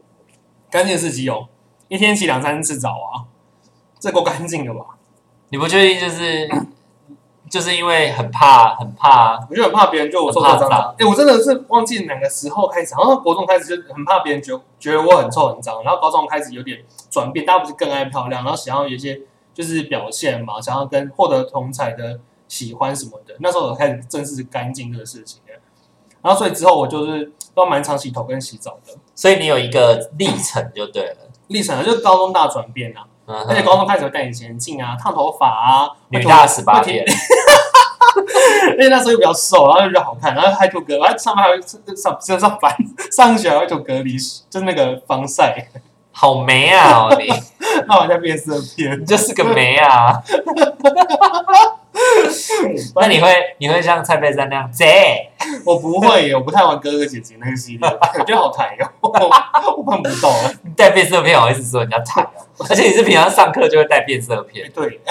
Speaker 2: 干净是机油，一天洗两三次澡啊，这够干净了吧？
Speaker 1: 你不确定就是就是因为很怕很怕，
Speaker 2: 我就很怕别人觉得我臭臭脏脏。哎、我真的是忘记哪个时候开始，好像国中开始就很怕别人觉得觉得我很臭很脏，然后高中开始有点转变，大家不是更爱漂亮，然后想要有一些就是表现嘛，想要跟获得同才的喜欢什么的。那时候我开始正视干净这个事情了然后所以之后我就是都蛮常洗头跟洗澡的
Speaker 1: 所以你有一个历程就对了。
Speaker 2: 历程啊，就是高中大转变啊，
Speaker 1: 嗯
Speaker 2: 而且
Speaker 1: 哼，
Speaker 2: 高中开始会戴隐形眼镜啊，烫头发啊，
Speaker 1: 女大十八
Speaker 2: 会听
Speaker 1: 变，
Speaker 2: 而且那时候又比较瘦，然后又比较好看，然后还涂隔，然后上班还会上上上班上学还会涂隔离，就是那个防晒，
Speaker 1: 好霉啊！哦 你
Speaker 2: 那我在变色片
Speaker 1: 你。就是个霉啊！那你会你会像蔡佩珊那样贼？
Speaker 2: 我不会耶，我不太玩哥哥姐姐那个系列，我觉得好抬哦， 我办不到啊。
Speaker 1: 你带变色片好意思说人家惨 啊？而且你是平常上课就会带变色片，
Speaker 2: 对，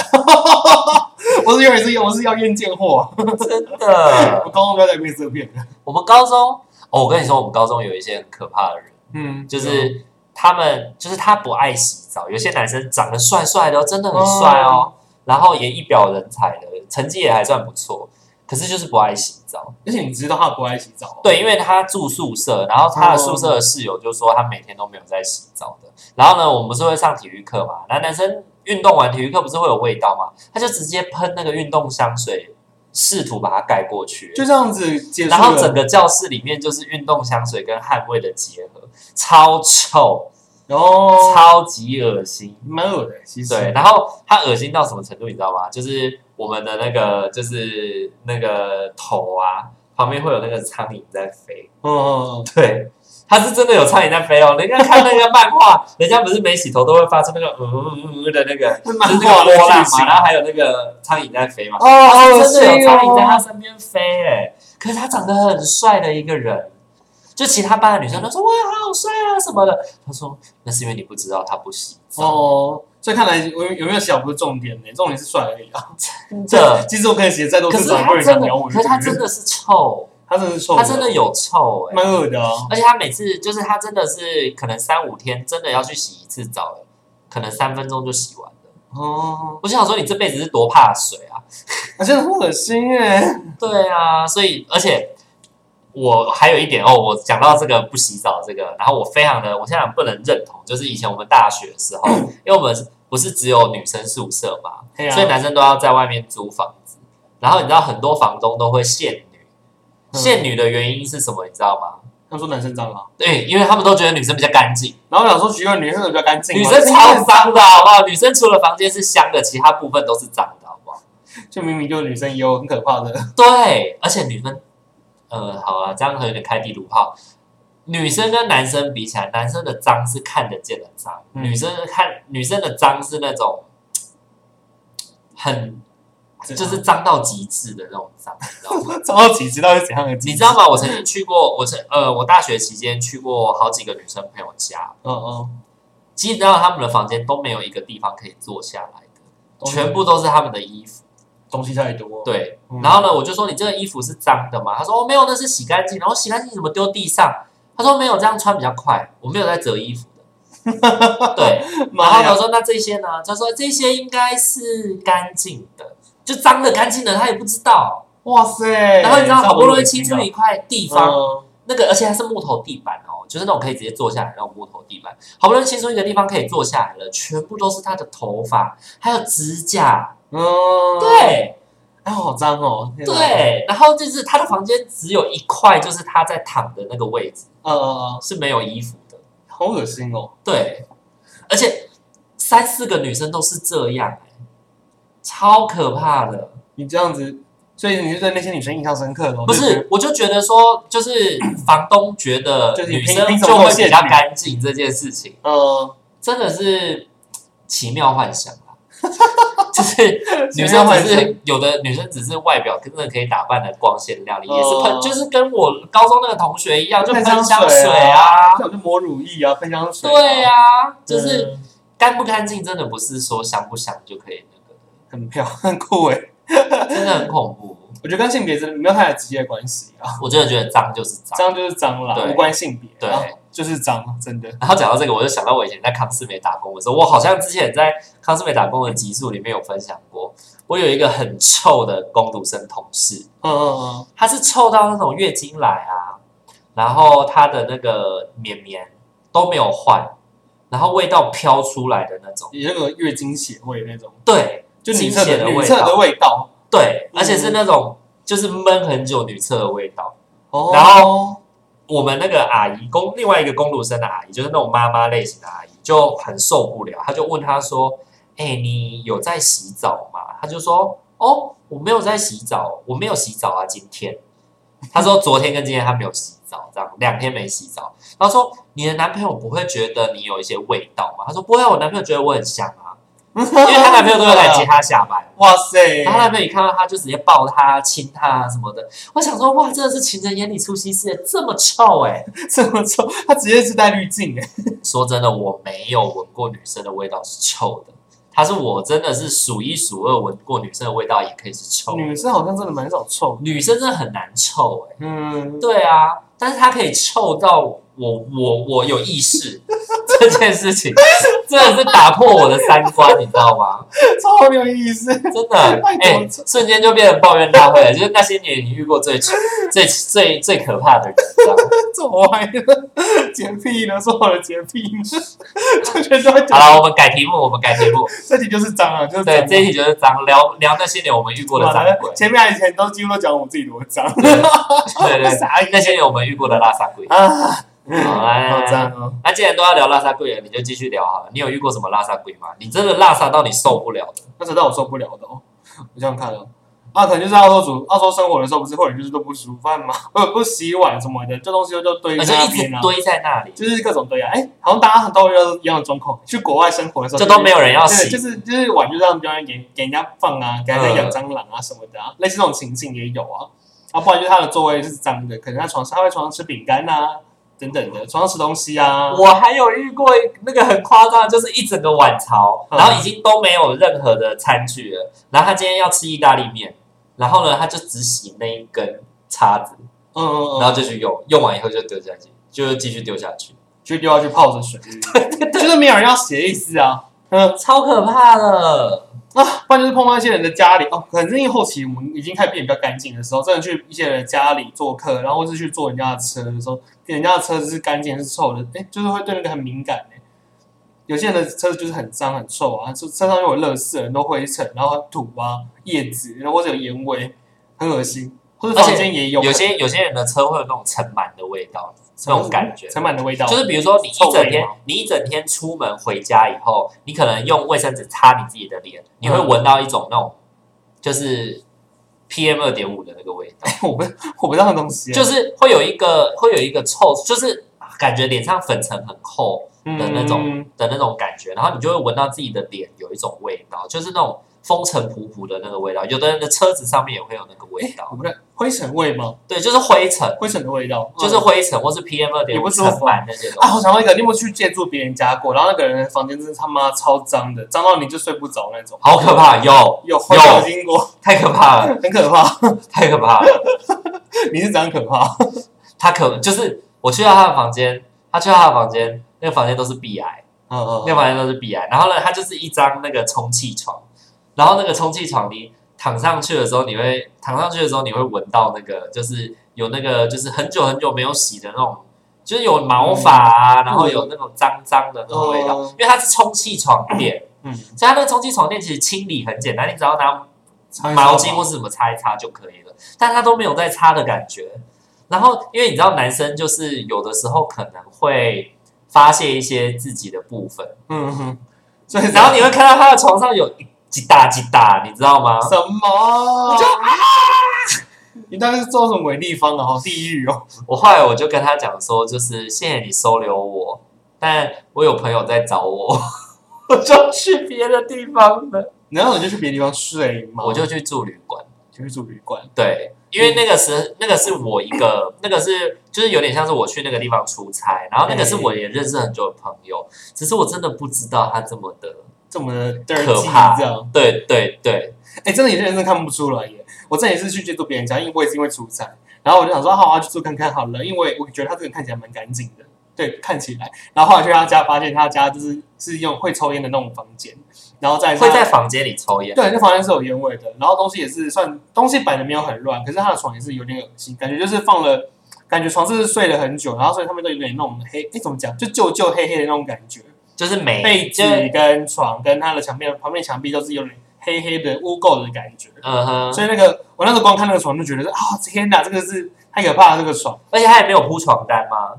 Speaker 2: 我是永远是我是要验贱货，
Speaker 1: 真的
Speaker 2: 我。高中不要再变色片了。
Speaker 1: 我们高中，哦，我跟你说，我们高中有一些很可怕的人，
Speaker 2: 嗯，
Speaker 1: 就是他们就是他不爱洗澡，有些男生长得帅帅的哦，真的很帅哦，然后也一表人才的，成绩也还算不错，可是就是不爱洗澡。
Speaker 2: 而且你知道他不爱洗澡哦，
Speaker 1: 对，因为他住宿舍，然后他的宿舍的室友就说他每天都没有在洗澡的。然后呢，我们不是会上体育课嘛，那男生运动完体育课不是会有味道吗？他就直接喷那个运动香水，试图把它盖过去。
Speaker 2: 就这样子结束了。
Speaker 1: 然后整个教室里面就是运动香水跟汗味的结合，超臭，
Speaker 2: 然后
Speaker 1: 超级恶心。
Speaker 2: 蛮恶的，其实
Speaker 1: 对，然后他恶心到什么程度，你知道吗？就是我们的那个，就是那个头啊，旁边会有那个苍蝇在飞。
Speaker 2: 嗯嗯，嗯
Speaker 1: 对，他是真的有苍蝇在飞哦。人家看那个漫画， 人家不是没洗头都会发出那个嗯嗯嗯嗯的那个，
Speaker 2: 嗯
Speaker 1: 就是
Speaker 2: 蛮
Speaker 1: 那
Speaker 2: 好
Speaker 1: 个
Speaker 2: 的
Speaker 1: 波浪
Speaker 2: 剧情
Speaker 1: 嘛，然后还有那个苍蝇在飞嘛。
Speaker 2: 哦，好恶
Speaker 1: 真
Speaker 2: 心
Speaker 1: 的有苍蝇在他
Speaker 2: 哦！
Speaker 1: 身边飞、哎，可是他长得很帅的一个人，就其他班的女生都说哇，他好帅啊什么的。他说那是因为你不知道他不洗澡，
Speaker 2: 哦，所以看来有有没有小不是重点呢、重点是帅而已啊。
Speaker 1: 真的。
Speaker 2: 其实我可以写再多
Speaker 1: 可
Speaker 2: 次
Speaker 1: 是
Speaker 2: 找不
Speaker 1: 他
Speaker 2: 人
Speaker 1: 真
Speaker 2: 想
Speaker 1: 的
Speaker 2: 鸟我，，
Speaker 1: 可是他真
Speaker 2: 的，
Speaker 1: 的是臭，
Speaker 2: 他真的是臭，
Speaker 1: 他真的有臭哎、
Speaker 2: 蛮恶的啊。
Speaker 1: 而且他每次就是他真的是可能三五天真的要去洗一次澡了，可能三分钟就洗完了。
Speaker 2: 哦，
Speaker 1: 我就想说你这辈子是多怕水啊？
Speaker 2: 啊，真的很恶心哎、
Speaker 1: 对啊，所以而且我还有一点哦，我讲到这个不洗澡这个，然后我非常的，我现在不能认同，就是以前我们大学的时 候，因为我们不是只有女生宿舍嘛，
Speaker 2: 嘿啊
Speaker 1: 所以男生都要在外面租房子，然后你知道很多房东都会限女，
Speaker 2: 嗯
Speaker 1: 限女的原因是什么？你知道吗？
Speaker 2: 他说男生脏啊，
Speaker 1: 对，因为他们都觉得女生比较干净，
Speaker 2: 然后我想说，奇怪，女生比较干净嘛，
Speaker 1: 女生超脏的好不好？女生除了房间是香的，其他部分都是脏的，好不好？
Speaker 2: 就明明就女生也有很可怕的，
Speaker 1: 对，而且女生，呃，好啊，这样可能有点开地图炮。女生跟男生比起来，男生的脏是看得见的脏，
Speaker 2: 嗯
Speaker 1: 女生看女生的脏是那种很就是脏到极致的那种脏，你知道 吗？
Speaker 2: 超级知道是怎样的机制，
Speaker 1: 你知道吗？我曾经去过，我曾呃，我大学期间去过好几个女生朋友家，
Speaker 2: 嗯嗯，
Speaker 1: 基本上他们的房间都没有一个地方可以坐下来的，
Speaker 2: 东西
Speaker 1: 全部都是他们的衣服。
Speaker 2: 东西太多，
Speaker 1: 对，
Speaker 2: 嗯
Speaker 1: 然后呢，我就说你这个衣服是脏的吗？他说哦没有，那是洗干净。然后洗干净怎么丢地上？他说没有，这样穿比较快。我没有在折衣服的。 对，然
Speaker 2: 妈
Speaker 1: 后
Speaker 2: 呀
Speaker 1: 我，说那这些呢？他说这些应该是干净的，就脏的干净的他也不知道。
Speaker 2: 哇塞，
Speaker 1: 然后你知道好不容易清
Speaker 2: 清
Speaker 1: 出一块地方，
Speaker 2: 方，
Speaker 1: 那个而且它是木头地板哦，就是那种可以直接坐下来那种木头地板，好不容易清出一个地方可以坐下来了，全部都是他的头发，还有指甲，
Speaker 2: 嗯，，
Speaker 1: 对
Speaker 2: 哎，好脏哦，天哪，
Speaker 1: 对，然后就是他的房间只有一块，就是他在躺的那个位置
Speaker 2: 嗯嗯嗯，
Speaker 1: 是没有衣服的，
Speaker 2: 好恶心哦，
Speaker 1: 对，而且三四个女生都是这样、欸，超可怕的。
Speaker 2: 你这样子，所以你是对那些女生印象深刻的哦，
Speaker 1: 不
Speaker 2: 就觉得
Speaker 1: 是，我就觉得说，就是房东觉得
Speaker 2: 就是
Speaker 1: 女
Speaker 2: 凭
Speaker 1: 生
Speaker 2: 凭什
Speaker 1: 就
Speaker 2: 么
Speaker 1: 会
Speaker 2: 露馅
Speaker 1: 比较
Speaker 2: 女
Speaker 1: 干净这件事情。
Speaker 2: 嗯，
Speaker 1: 真的是奇妙幻想 啊！就是女
Speaker 2: 奇妙
Speaker 1: 生
Speaker 2: 幻
Speaker 1: 只
Speaker 2: 想
Speaker 1: 是有的女生只是外表真的可以打扮的光鲜亮丽，也是
Speaker 2: 哦
Speaker 1: 喷，就是跟我高中那个同学一样，就
Speaker 2: 喷
Speaker 1: 喷
Speaker 2: 香
Speaker 1: 香
Speaker 2: 水
Speaker 1: 水
Speaker 2: 啊
Speaker 1: 啊，
Speaker 2: 像我就抹乳液啊，喷香水，
Speaker 1: 对
Speaker 2: 呀，
Speaker 1: 啊，就是干不干净真的不是说香不香就可以 那
Speaker 2: 很漂亮，很酷哎，
Speaker 1: 个的，真的很恐怖。
Speaker 2: 我觉得跟性别真的没有太直接的关系啊，
Speaker 1: 我真的觉得脏就是脏。
Speaker 2: 脏就是脏啦，
Speaker 1: 对
Speaker 2: 无关性别，
Speaker 1: 对
Speaker 2: 啊就是脏，真的。
Speaker 1: 然后讲到这个，我就想到我以前在康斯美打工的时候，我好像之前在康斯美打工的集数里面有分享过，我有一个很臭的工读生同事，
Speaker 2: 嗯嗯
Speaker 1: 它是臭到那种月经来啊，然后它的那个绵绵都没有换，然后味道飘出来的那种
Speaker 2: 嗯，，有那个月经血味那种，
Speaker 1: 对
Speaker 2: 就女厕
Speaker 1: 经血
Speaker 2: 的
Speaker 1: 的
Speaker 2: 女
Speaker 1: 味
Speaker 2: 厕的
Speaker 1: 道
Speaker 2: 味道。
Speaker 1: 对，
Speaker 2: 嗯
Speaker 1: 而且是那种就是闷很久女厕的味道。
Speaker 2: 哦
Speaker 1: 然后我们那个阿姨公另外一个公路生的阿姨，就是那种妈妈类型的阿姨，就很受不了，她就问她说：“哎、你有在洗澡吗？”她就说：“哦，我没有在洗澡，我没有洗澡啊，今天。” 她说昨天跟今天她没有洗澡，这样两天没洗澡。然后说你的男朋友不会觉得你有一些味道吗？她说不会啊，我男朋友觉得我很香啊，因为她男朋友都有来接。她下班。
Speaker 2: 哇塞
Speaker 1: 然！后她男朋友一看到她就直接抱她、亲她什么的。我想说，哇，真的是情人眼里出西施，这么臭哎、
Speaker 2: 这么臭，他直接是带滤镜哎。
Speaker 1: 说真的，我没有闻过女生的味道是臭的，她是我真的是数一数二闻过女生的味道也可以是臭的。
Speaker 2: 女生好像真的蛮少臭的。
Speaker 1: 女生真的很难臭哎、
Speaker 2: 嗯，
Speaker 1: 对啊，但是她可以臭到我我我有意识这件事情，真的是打破我的三观，你知道吗？
Speaker 2: 超没有意思。
Speaker 1: 真的，哎、
Speaker 2: 太多臭
Speaker 1: 瞬间就变成抱怨大会了，就是那些年你遇过最最最最可怕的人，这样。
Speaker 2: 走歪了，洁癖呢？说好了洁癖呢？ 就觉得都在
Speaker 1: 好
Speaker 2: 讲
Speaker 1: 了，我们改题目，我们改题目。
Speaker 2: 这题就是脏啊， 就是
Speaker 1: 对，
Speaker 2: 脏。
Speaker 1: 这一题就是脏，聊聊那些年我们遇过的脏鬼，
Speaker 2: 前面还以啊前都几乎都讲我自己多脏，
Speaker 1: 对对，
Speaker 2: 傻眼
Speaker 1: 那些年我们遇过的拉萨鬼。
Speaker 2: 啊，
Speaker 1: 好来
Speaker 2: 好脏哦。
Speaker 1: 那既然都要聊拉萨鬼了，你就继续聊好了。你有遇过什么拉萨鬼吗？你真的拉萨到你受不了的？
Speaker 2: 那时候我受不了的哦。我想想看哦，啊，可能就是澳洲煮澳洲生活的时候，不是会有人就是都不煮饭吗？ 不不洗碗什么的，这东西就堆
Speaker 1: 而且
Speaker 2: 在那
Speaker 1: 一直
Speaker 2: 边啊，
Speaker 1: 堆在那里，
Speaker 2: 就是各种堆啊。哎、好像大家都有一样的状况，去国外生活的时候
Speaker 1: 就都没有人要
Speaker 2: 对，就
Speaker 1: 洗。
Speaker 2: 是就是碗就让别人给给人家放啊，给人
Speaker 1: 嗯
Speaker 2: 家养蟑螂啊什么的啊，类似这种情境也有啊。啊，不然就是他的座位是脏的，可能他床上他会床上吃饼干啊，等等的，床上吃东西啊。
Speaker 1: 我还有遇过那个很夸张的，就是一整个碗槽，
Speaker 2: 嗯
Speaker 1: 然后已经都没有任何的餐具了。然后他今天要吃意大利面，然后呢，他就只洗那一根叉子，
Speaker 2: 嗯嗯嗯，
Speaker 1: 然后就去用，用完以后就丢下去，就继续丢下去，
Speaker 2: 就丢下去泡着水， 就是没有人要洗的意思啊。嗯，
Speaker 1: 超可怕的。
Speaker 2: 啊，不然就是碰到一些人的家里哦，可能是因为后期我们已经开始变得比较干净的时候，真的去一些人的家里做客，然后或是去坐人家的车的时候，人家的车子是干净是臭的，哎，就是会对那个很敏感哎。有些人的车子就是很脏很臭啊，就车上又有垃圾，很多灰尘，然后土啊、叶子，然后或者有烟味，很恶心。或者
Speaker 1: 而且
Speaker 2: 房间也有啊
Speaker 1: 有些有些人的车会有那种尘螨的味道，那种感觉。
Speaker 2: 尘螨的味道，
Speaker 1: 就是比如说你一
Speaker 2: 臭
Speaker 1: 整
Speaker 2: 味
Speaker 1: 天
Speaker 2: 吗，
Speaker 1: 你一整天出门回家以后，你可能用卫生纸擦你自己的脸，你会
Speaker 2: 嗯
Speaker 1: 闻到一种那种就是 PM 二点五的那个味道，
Speaker 2: 我不我不知道那东西，
Speaker 1: 就是会有一个会有一个臭，就是感觉脸上粉尘很厚
Speaker 2: 嗯
Speaker 1: 的那种、的那种感觉，然后你就会闻到自己的脸有一种味道，就是那种风尘仆仆的那个味道。有的人的车子上面也会有那个味
Speaker 2: 哎我
Speaker 1: 道，
Speaker 2: 们的灰尘味吗？
Speaker 1: 对，就是灰尘，
Speaker 2: 灰尘的味道，
Speaker 1: 就是灰尘或是 PM 二点
Speaker 2: 也
Speaker 1: 五
Speaker 2: 不舒
Speaker 1: 尘
Speaker 2: 服
Speaker 1: 螨那些东
Speaker 2: 啊，
Speaker 1: 西。
Speaker 2: 我想到一个，你有没有去借住别人家过？然后那个人的房间真是他妈超脏的，脏到你就睡不着那种。
Speaker 1: 好可怕，有
Speaker 2: 有我有经过，
Speaker 1: 太可怕了，
Speaker 2: 很可怕。
Speaker 1: 太可怕了。
Speaker 2: 你是怎样可怕？
Speaker 1: 他可就是我去到他的房间，他去到他的房间，那个房间都是壁癌，
Speaker 2: 嗯嗯
Speaker 1: 那个房间都是壁癌。然后呢，它就是一张那个充气床，然后那个充气床你躺上去的时候，你会躺上去的时候，你会闻到那个就是有那个就是很久很久没有洗的那种，就是有毛发啊，然后有那种脏脏的那种味道，
Speaker 2: 嗯
Speaker 1: 因为它是充气床垫，
Speaker 2: 嗯，
Speaker 1: 所以它那个充气床垫其实清理很简单，你只要拿
Speaker 2: 擦一擦吧
Speaker 1: 毛巾或是什么擦一擦就可以了，但他都没有在擦的感觉。然后，因为你知道，男生就是有的时候可能会发泄一些自己的部分，
Speaker 2: 嗯哼，所以
Speaker 1: 然后你会看到他的床上有一几大几大，你知道吗？
Speaker 2: 什么？就啊！你大概是做什么鬼地方啊？好地狱哦！
Speaker 1: 我后来我就跟他讲说，就是谢谢你收留我，但我有朋友在找我， 我就去别的地方了，
Speaker 2: 然后你就去别的地方睡嘛，
Speaker 1: 我就去住旅馆。
Speaker 2: 就去住旅馆。
Speaker 1: 对，因
Speaker 2: 嗯
Speaker 1: 为那个时那个是我一个，那个是就是有点像是我去那个地方出差，然后那个
Speaker 2: 嗯
Speaker 1: 是我也认识很久的朋友，只是我真的不知道他这么的，
Speaker 2: 这么的
Speaker 1: 可怕
Speaker 2: dirty 这样，
Speaker 1: 对对对，
Speaker 2: 哎、真的有些人真的看不出来耶。我之前也是去接触别人家，因为我也是因为出差，然后我就想说，好啊，去住看看好了，因为我觉得他这个人看起来蛮干净的，对，看起来。然后后来去他家，发现他家就是是用会抽烟的那种房间，然后再
Speaker 1: 会在房间里抽烟，
Speaker 2: 对，那房间是有烟味的，然后东西也是算东西摆的没有很乱，可是他的床也是有点恶心，感觉就是放了，感觉床是睡了很久，然后所以他们都有点那种黑，哎怎么讲，就旧旧黑黑的那种感觉，
Speaker 1: 就是每
Speaker 2: 被子
Speaker 1: 哎就
Speaker 2: 跟床跟他的墙面旁边墙壁都是有点黑黑的污垢的感觉，
Speaker 1: 嗯哼，
Speaker 2: 所以那个我那时候光看那个床就觉得是啊、天哪，这个是太可怕了，这个床。
Speaker 1: 而且他也没有铺床单吗？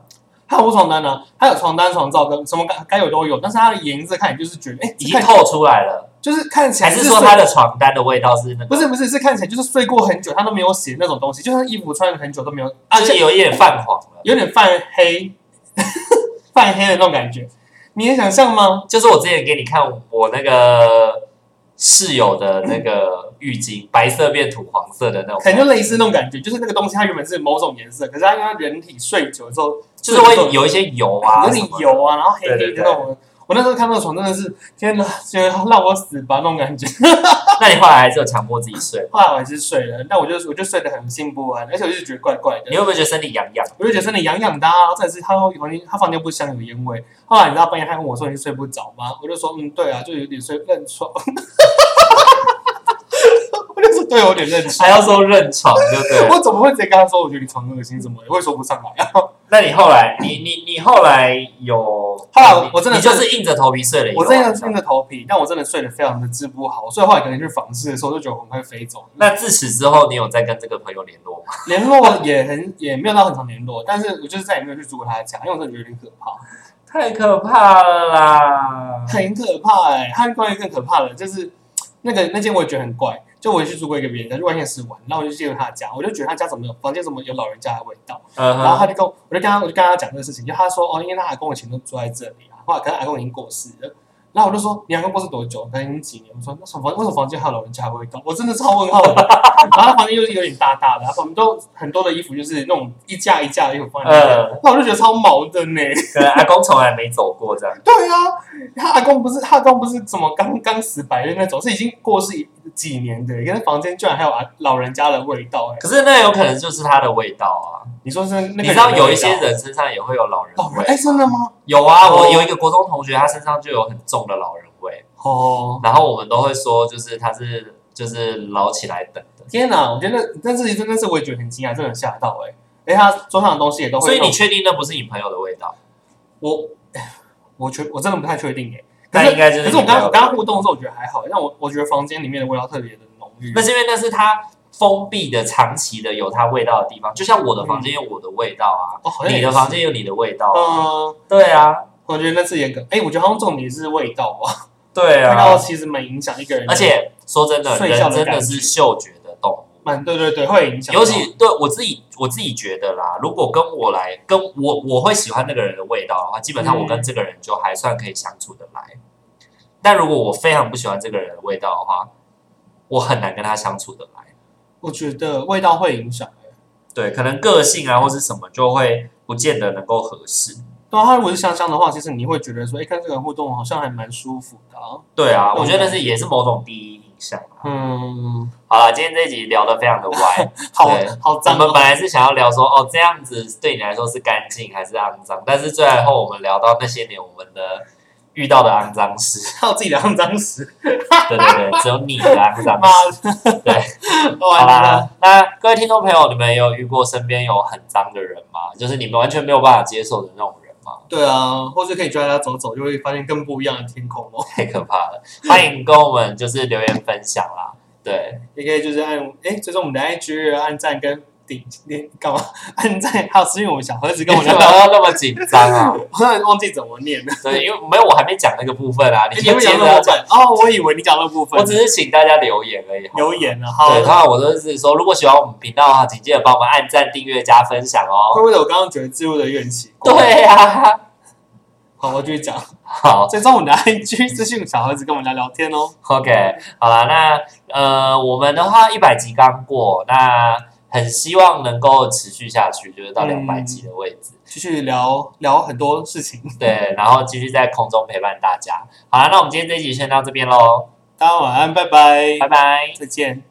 Speaker 2: 它有无床单呢、它有床单、床罩跟什么该该有都有，但是它的颜色看起来就是觉得，哎、
Speaker 1: 已
Speaker 2: 这
Speaker 1: 经
Speaker 2: 看起来
Speaker 1: 透出来了，
Speaker 2: 就是看起来
Speaker 1: 还是
Speaker 2: 睡
Speaker 1: 说他的床单的味道是那个？
Speaker 2: 不是不是，是看起来就是睡过很久，他都没有洗那种东西，就算衣服穿了很久都没有，而
Speaker 1: 就是
Speaker 2: 且
Speaker 1: 有一点泛黄了。
Speaker 2: 有点泛黑， 泛黑的那种感觉，你能想象吗？
Speaker 1: 就是我之前给你看我那个室友的那个浴巾，白色变土黄色的那种
Speaker 2: 可，能就类似那种感觉，就是那个东西它原本是某种颜色，可是它因为它人体睡久之后，
Speaker 1: 就是会有一些油啊，
Speaker 2: 有点油啊，然后黑黑
Speaker 1: 对
Speaker 2: 的
Speaker 1: 对对
Speaker 2: 那种。我那时候看那个床真的是，天哪，觉得让我死吧那种感觉。
Speaker 1: 那你后来还是有强迫自己睡吗，
Speaker 2: 后来我还是睡了，但我就我就睡得很心不安，而且我就觉得怪怪的
Speaker 1: 你。会不会觉得身体痒痒？
Speaker 2: 我就觉得身体痒痒的、啊，然后再是他房间他房间不香有烟味。后来你知道半夜他跟我说你睡不着吗？我就说嗯对啊，就有点睡认床。 我就说对，我有点认床。
Speaker 1: 还要 说认床，对不对？
Speaker 2: 我怎么会直接跟他说我觉得你床恶心什么的？我也说不上来啊。
Speaker 1: 那你后来，你你你后来有，
Speaker 2: 后来我我真的
Speaker 1: 你就是硬着头皮睡了一个
Speaker 2: 我
Speaker 1: 晚
Speaker 2: 真
Speaker 1: 上，
Speaker 2: 的是硬着头皮，但我真的睡得非常的治不好，所以后来可能去访视的时候就觉得我很快飞走。
Speaker 1: 那自此之后，你有再跟这个朋友联络吗？
Speaker 2: 联络也很也没有到很常联络，但是我就是再也没有去住过他的家，因为我真的觉得有点可怕。
Speaker 1: 太可怕了啦！
Speaker 2: 很可怕哎、欸，他关于更可怕的就是那个那间我也觉得很怪，就我也去住过一个别人家，就外县市玩，然后我就进入他的家，我就觉得他家怎么有房间怎么有老人家的味道，
Speaker 1: 嗯
Speaker 2: 然后
Speaker 1: 哼，
Speaker 2: 他就跟我我就跟他我就跟他讲这个事情，就他说哦，因为他阿公以前都住在这里啊，后来可能阿公已经过世了。然后我就说你阿公过世多久？可能已经几年。我说那什么房为什么房间还有老人家的味道？我真的超问号的。然后他房间又是有点大大的，他们都很多的衣服就是那种一架一架的衣服放在那边。
Speaker 1: 嗯
Speaker 2: 那我就觉得超矛盾呢、
Speaker 1: 可能阿公从来没走过这样。
Speaker 2: 对啊，他阿公不是他阿公不是怎么刚刚死白的那种，是已经过世几年的，可是房间居然还有阿老人家的味道哎、
Speaker 1: 可是那有可能就是他的味道啊！
Speaker 2: 你说是那个
Speaker 1: 你知道
Speaker 2: 人的味道
Speaker 1: 有一些人身上也会有老人
Speaker 2: 老人
Speaker 1: 味，
Speaker 2: 哎、真的吗？
Speaker 1: 有啊，
Speaker 2: 哦
Speaker 1: 我有一个国中同学，他身上就有很重的老人味，
Speaker 2: 哦，
Speaker 1: 然后我们都会说，就是他是就是捞起来等的。
Speaker 2: 天哪！我觉得那事情真的是我也觉得很惊讶，真的很吓到哎、哎、他桌上的东西也都会
Speaker 1: 所以
Speaker 2: 弄
Speaker 1: 你确定那不是你朋友的味道？
Speaker 2: 我我确我真的不太确定哎、
Speaker 1: 那应该就
Speaker 2: 可
Speaker 1: 是
Speaker 2: 是
Speaker 1: 你
Speaker 2: 可
Speaker 1: 朋
Speaker 2: 是我刚
Speaker 1: 友
Speaker 2: 我
Speaker 1: 的
Speaker 2: 刚刚互动的时候，我觉得还好，欸但我我觉得房间里面的味道特别的浓郁。
Speaker 1: 那是因为那是他封闭的、长期的有它味道的地方，就像我的房间有嗯我的味道啊，
Speaker 2: 哦，好像也
Speaker 1: 你
Speaker 2: 是
Speaker 1: 的房，间有你的味道、
Speaker 2: 嗯、
Speaker 1: 啊，对啊，
Speaker 2: 我觉得那次也可，哎、我觉得好像重点是味道吧。
Speaker 1: 对
Speaker 2: 味道
Speaker 1: 啊，
Speaker 2: 其实蛮影响一个人的，
Speaker 1: 而且说真的，
Speaker 2: 睡觉
Speaker 1: 人
Speaker 2: 的
Speaker 1: 真
Speaker 2: 感觉
Speaker 1: 的是嗅觉的动物，
Speaker 2: 蛮对对对，会影响到。
Speaker 1: 尤其对我自己，我自己觉得啦，如果跟我来，跟我我会喜欢那个人的味道的话，基本上我跟这个人就还算可以相处的来。但如果我非常不喜欢这个人的味道的话，我很难跟他相处的来。
Speaker 2: 我觉得味道会影响、欸。
Speaker 1: 对，可能个性啊或是什么，就会不见得能够合适。
Speaker 2: 对啊，他如果是香香的话，其实你会觉得说，哎、跟这个人互动好像还蛮舒服的、啊。
Speaker 1: 对啊，我觉得那是也是某种第一印象啊。
Speaker 2: 嗯，
Speaker 1: 好了，今天这一集聊得非常的歪，
Speaker 2: 好
Speaker 1: 对
Speaker 2: 好
Speaker 1: 我
Speaker 2: 脏、
Speaker 1: 们
Speaker 2: 哦。
Speaker 1: 本来是想要聊说，哦，这样子对你来说是干净还是肮脏？但是最后我们聊到那些年我们的遇到的肮脏事，
Speaker 2: 靠自己的肮 脏屎，
Speaker 1: 对对 对，只有你的肮脏
Speaker 2: 妈
Speaker 1: 事。对，好
Speaker 2: 完了。
Speaker 1: 啦，那各位听众朋友，你们有遇过身边有很脏的人吗？就是你们完全没有办法接受的那种人吗？
Speaker 2: 对啊，或者可以抓他走走，就会发现更不一样的天空哦。
Speaker 1: 太可怕了！欢迎跟我们就是留言分享啦。对，
Speaker 2: 也可以就是按哎，追踪我们的 IG 按赞跟顶点干嘛？按赞还有私信我们小盒子跟我
Speaker 1: 你干
Speaker 2: 聊
Speaker 1: 嘛
Speaker 2: 聊，
Speaker 1: 要那么紧张 啊？
Speaker 2: 我突然忘记怎么念 了。
Speaker 1: 对，因为没有我还没讲那个部分啊，
Speaker 2: 哎
Speaker 1: 你
Speaker 2: 你
Speaker 1: 就
Speaker 2: 们
Speaker 1: 接
Speaker 2: 讲
Speaker 1: 着
Speaker 2: 那
Speaker 1: 要
Speaker 2: 部
Speaker 1: 讲。
Speaker 2: 分哦，我以为你讲那部分
Speaker 1: 我只是请大家留言而已。
Speaker 2: 留。言啊，好
Speaker 1: 哦对，。通常我都是说，如果喜欢我们频道的话，请记得帮我们按赞、订阅、加分享
Speaker 2: 会
Speaker 1: 哦。
Speaker 2: 不会我刚刚觉得自入的有点奇怪？，
Speaker 1: 对啊呀、
Speaker 2: 好，我继续讲。
Speaker 1: 好
Speaker 2: 追踪我们的 IG 私信小盒子跟我们聊聊天哦。
Speaker 1: ，OK，好啦，那呃，我们的话一百集刚过，那很希望能够持续下去，就是到两百
Speaker 2: 嗯
Speaker 1: 集的位置。
Speaker 2: 继续聊聊很多事情，
Speaker 1: 对，然后继续在空中陪伴大家。好了，那我们今天这一集先到这边喽，
Speaker 2: 大家晚安，拜拜，
Speaker 1: 拜拜。
Speaker 2: 再见。